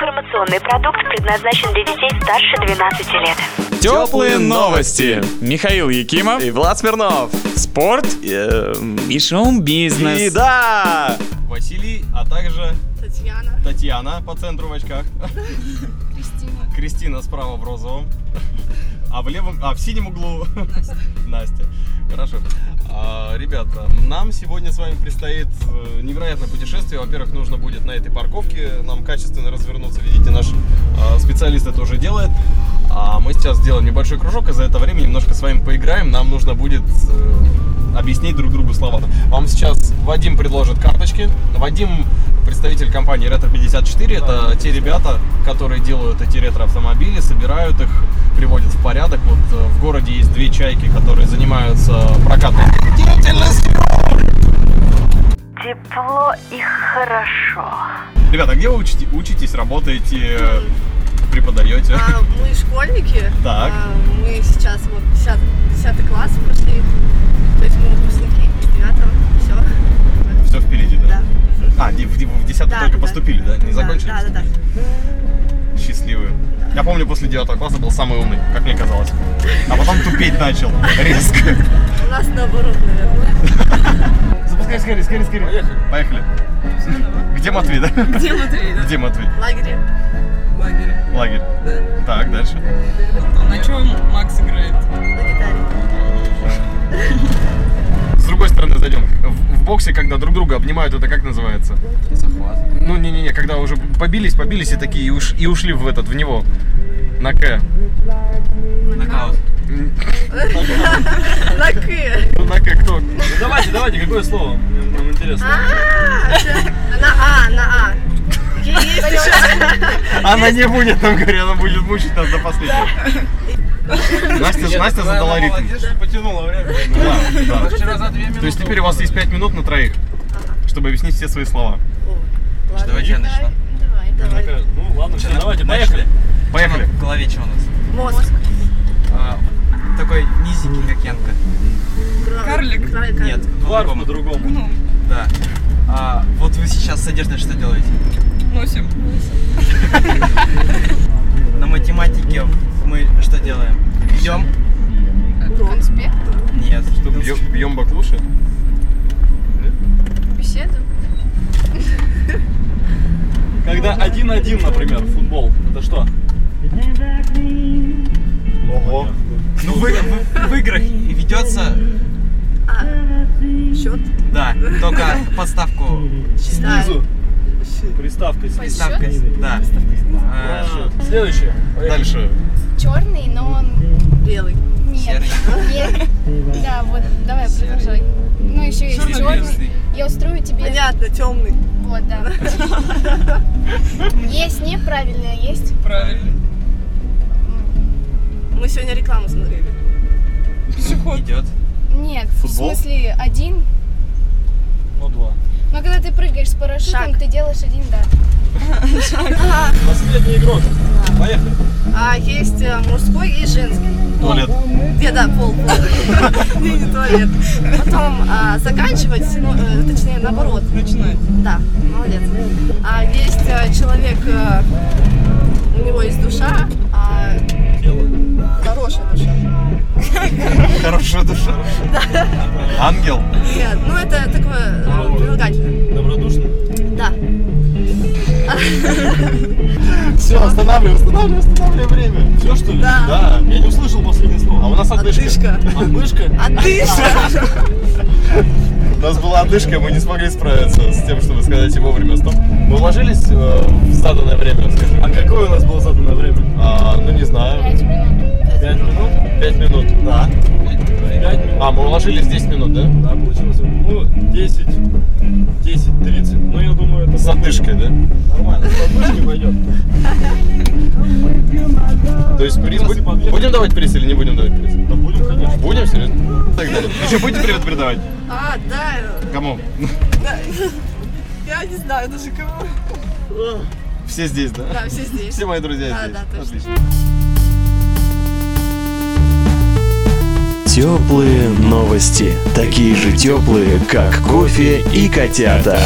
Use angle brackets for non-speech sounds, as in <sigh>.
Информационный продукт предназначен для детей старше 12 лет. Теплые новости. Михаил Якимов, И Влад Смирнов. спорт И, эм, и шоу-бизнес. и да! Василий, а также Татьяна. Татьяна по центру в очках. <laughs> Кристина. Кристина справа в розовом. А в левом, а в синем углу <laughs> Настя. Хорошо. А, ребята, нам сегодня с вами предстоит э, невероятное путешествие. Во-первых, нужно будет на этой парковке нам качественно развернуться. Видите, наш э, специалист это уже делает. А мы сейчас сделаем небольшой кружок, и за это время немножко с вами поиграем. Нам нужно будет э, объяснить друг другу слова. Вам сейчас Вадим предложит карточки. Вадим представитель компании Retro 54. Это те ребята, которые делают эти ретро-автомобили, собирают их, приводят в порядок. Вот э, в городе есть две чайки, которые занимаются прокатом. Тепло и хорошо. Ребята, а где вы учите- учитесь, работаете, э, преподаете? <laughs> А, Мы школьники. Так. А, Мы сейчас вот 10, 10 класс прошли. То есть мы выпускники из 9 все. Все впереди, да? Да. А, де- в де- в 10 Да, только да, поступили, да? Не Да, закончили? Да, да, да. Счастливые. Я помню, после 9 класса был самый умный, как мне казалось. А потом тупеть начал <laughs> резко. У нас наоборот, наверное. Запускай скорее, скорее, скорее. Поехали. Поехали. Где Матвей, да? Где Матвей, да? Где Матвей? В лагере. лагере. Лагерь. Так, дальше. На чем Макс играет? На гитаре. С другой стороны зайдем. В, в боксе, когда друг друга обнимают, это как называется? Захват. Ну, не-не-не, когда уже побились, побились и такие, и, уш- и ушли в этот, в него. На К. Нокаут. На К. Ну, на К <laughs> кто? Давайте, давайте, какое слово? Нам интересно. А, На А, на А. Какие есть еще? Она не будет нам говорить, она будет мучить нас до последнего. Настя, Настя задала ритм. потянула время. Да, да. Вчера за две минуты. То есть теперь у вас есть 5 минут на троих, чтобы объяснить все свои слова. О, ладно. давайте я начну? Давай, давай. Ну ладно, все, давайте, поехали. Поехали. В голове что у нас? Мозг. А, такой низенький, как Янка. Карлик? Карлик. Нет, Ларф по-другому. по-другому. Да. А, вот вы сейчас с одеждой что делаете? Носим. На математике мы что делаем? Идем? Конспект. Нет. Что, бьё- бьем баклуши? Беседу. Когда один-один, например, футбол, это что? Ого. Ну, в, в- в играх и ведется, А, счет. да, только подставку Снизу. Приставка здесь. ставкой. Да. А, Следующее. Дальше. черный, но он Белый. нет. Нет. Да, вот, давай, продолжай. Ну, еще есть черный. Черно-белый. Я устрою тебе. Понятно, темный. Вот, <laughs> да. Есть неправильное, есть. Правильно. Мы сегодня рекламу смотрели. идет. Нет, Футбол? в смысле один. Ну два. Но когда ты прыгаешь с парашютом, Шаг. ты делаешь один, да. Последний игрок. Поехали. А есть э, мужской и женский. Туалет. Где, да, пол, пол. <laughs> Не, не туалет. Потом а, заканчивать, ну, э, точнее, наоборот. Начинать. Да, молодец. А есть э, человек, э, у него есть душа, а Тело. хорошая душа. Хорошая душа. Ангел. Нет, ну это такое э, прилагательное. Добродушно. Да. Все, останавливай, останавливай, останавливай время. Все что ли? Да. Я не услышал последнее А слово. у нас отдышка. Отдышка. Отмышка. Отдышка. У нас была отдышка, мы не смогли справиться с тем, чтобы сказать и вовремя стоп. Мы уложились э, в заданное время, скажи. А какое у нас было заданное время? А, ну не знаю, Пять минут. Пять минут? 5 минут. Да. Пять минут. А, мы уложились 10 минут, да? Да, получилось. Ну, 10, 10, 30. Ну, я думаю, это С отдышкой, да? нормально. С подмышки пойдет. То есть приз Раз и будем, подъехали. будем давать приз или не будем давать приз? Да будем, конечно. Будем, серьезно? Так далее. Еще будете привет передавать? А, да. э, Кому? <laughs> Я не знаю даже кого. Все здесь, да? Да, все здесь. Все мои друзья Да, здесь. да, точно. Отлично. Теплые новости. Такие же теплые, как кофе и котята.